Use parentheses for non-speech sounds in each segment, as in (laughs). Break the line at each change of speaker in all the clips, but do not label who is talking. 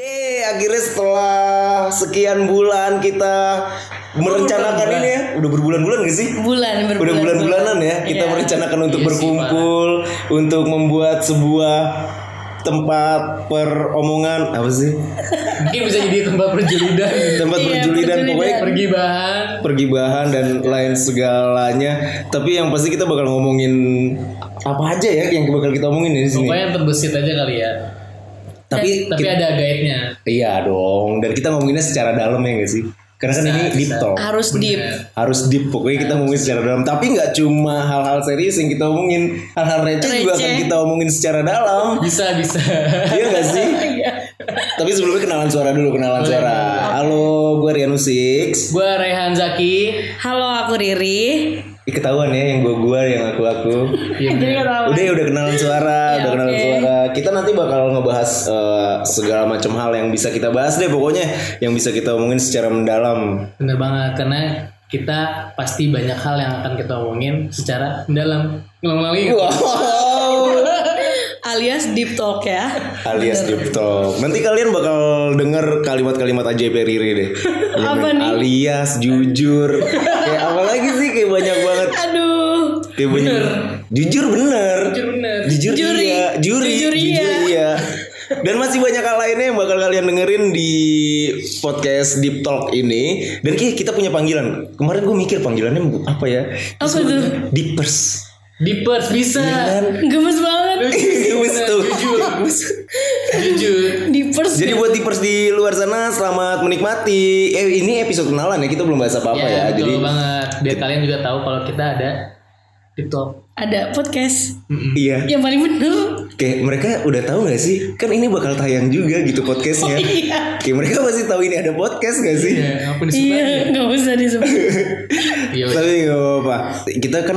Yeay, akhirnya setelah sekian bulan kita merencanakan
berbulan.
ini ya. Udah berbulan-bulan gak sih?
bulan
Udah
berbulan
bulan-bulanan ya kita merencanakan untuk
Iya sih,
berkumpul, untuk membuat sebuah tempat peromongan apa sih?
Mungkin bisa jadi tempat perjulidan
Tempat
Iya,
berjulidan pokoknya
perjulidan.
Pergi bahan
pergi bahan dan lain segalanya. Tapi yang pasti kita bakal ngomongin apa aja ya yang bakal kita omongin di sini.
Pokoknya yang terbesit aja kali ya
Tapi
Tapi
kita-
ada guide-nya
iya dong. Dan kita ngomonginnya secara dalam ya gak sih? Karena kan ini
Bisa,
deep
bisa.
talk.
harus deep
harus deep pokoknya kita ngomongin secara dalam tapi nggak cuma hal-hal serius yang kita omongin hal-hal receh juga akan
Receh.
kita omongin secara
(laughs)
dalam
Bisa, bisa
iya nggak sih tapi sebelumnya kenalan suara dulu kenalan suara halo gue Rianu Six
Gue Rehan Zaki
halo aku Riri
Ih, ketahuan ya yang gue gue yang aku aku
Iya, jadi nggak tahu
udah ya, udah kenalan suara udah kenalan
Iya, oke.
suara kita nanti bakal ngebahas eh, segala macam hal yang bisa kita bahas deh pokoknya yang bisa kita omongin secara mendalam
Bener banget Karena kita pasti banyak hal yang akan kita omongin secara mendalam gitu. Ngulang-ngulang lagi
wow
alias deep talk ya
alias deep talk. Nanti kalian bakal denger kalimat-kalimat ajaib dari Riri deh. Iya,
Apa
men.
nih?
Alias jujur. kayak apa lagi sih kayak banyak banget.
aduh
Kayak banyak. Jujur bener.
Jujur bener
Jujur
Juri.
iya, juri,
Jujur iya.
iya. Dan masih banyak hal lainnya yang bakal kalian dengerin di podcast Deep Talk ini. Dan kayak kita punya panggilan. Kemarin gue mikir panggilannya apa ya?
apa tuh
Deepers.
Deepers, bisa
gemes banget
Gemes tuh. Gemes.
Jujur
deepers
Jadi buat tipers di luar sana selamat menikmati. Eh ini episode kenalan ya kita belum bahas apa-apa
Iya,
ya.
betul
Jadi
banget Biar kalian juga tahu kalau kita ada Deep Talk
ada podcast
iya.
yang paling bener
Kayak mereka udah tahu nggak sih? Kan ini bakal tayang juga gitu podcastnya.
iya
Kayak mereka pasti tahu ini ada podcast gak sih?
Iya, ampun disuka
ya.
iya nggak usah disebut
Iya,
Tapi gak apa-apa. Kita kan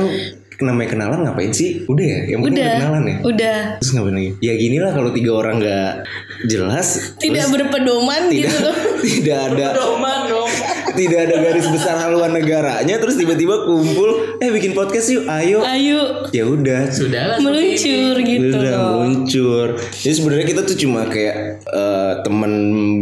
namanya kenalan ngapain sih? Udah ya, yang penting
udah
udah kenalan ya.
udah
Terus ngapain lagi? Ya gini lah kalau tiga orang nggak jelas.
tidak
terus
berpedoman gitu loh
(laughs) tidak ada
Doman dong
tidak ada garis besar haluan negaranya terus tiba-tiba kumpul eh bikin podcast yuk ayo
ayo
ya udah
Sudah lah
meluncur gitu
Udah
loh
meluncur. Jadi sebenarnya kita tuh cuma kayak eh, teman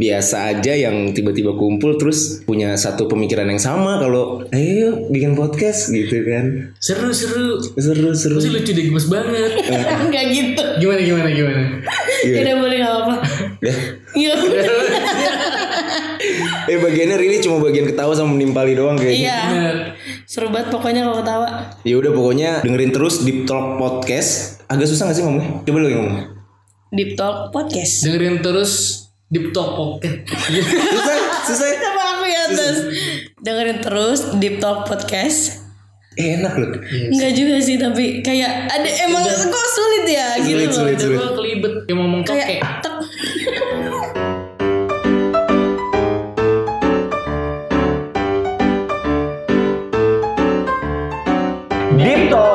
biasa aja yang tiba-tiba kumpul terus punya satu pemikiran yang sama kalau ayo bikin podcast gitu kan.
Seru-seru
Seru seru. (laughs)
Pasti lucu deh, gemes banget
(laughs) nggak gitu
Gimana, gimana, gimana
Iya.
ya udah boleh nggak apa
Ya.
ya udah
Eh bagiannya Riri cuma bagian ketawa sama menimpali doang kayaknya.
iya
Bener
seru banget pokoknya kalau ketawa
Ya udah pokoknya dengerin terus Deep Talk Podcast. Agak susah gak sih ngomongnya? Coba lu yang ngomong.
(laughs) Deep Talk Podcast
Dengerin terus Deep Talk Pocket
Susah, susah.
sama aku ya terus dengerin terus Deep Talk Podcast
Eh, enak loh.
Enggak juga sih tapi kayak ada emang kok sulit ya gitu
Sulit, sulit,
loh
sulit.
Gue kelibet Yang ngomong
kayak
tokek
tek
Deep Talk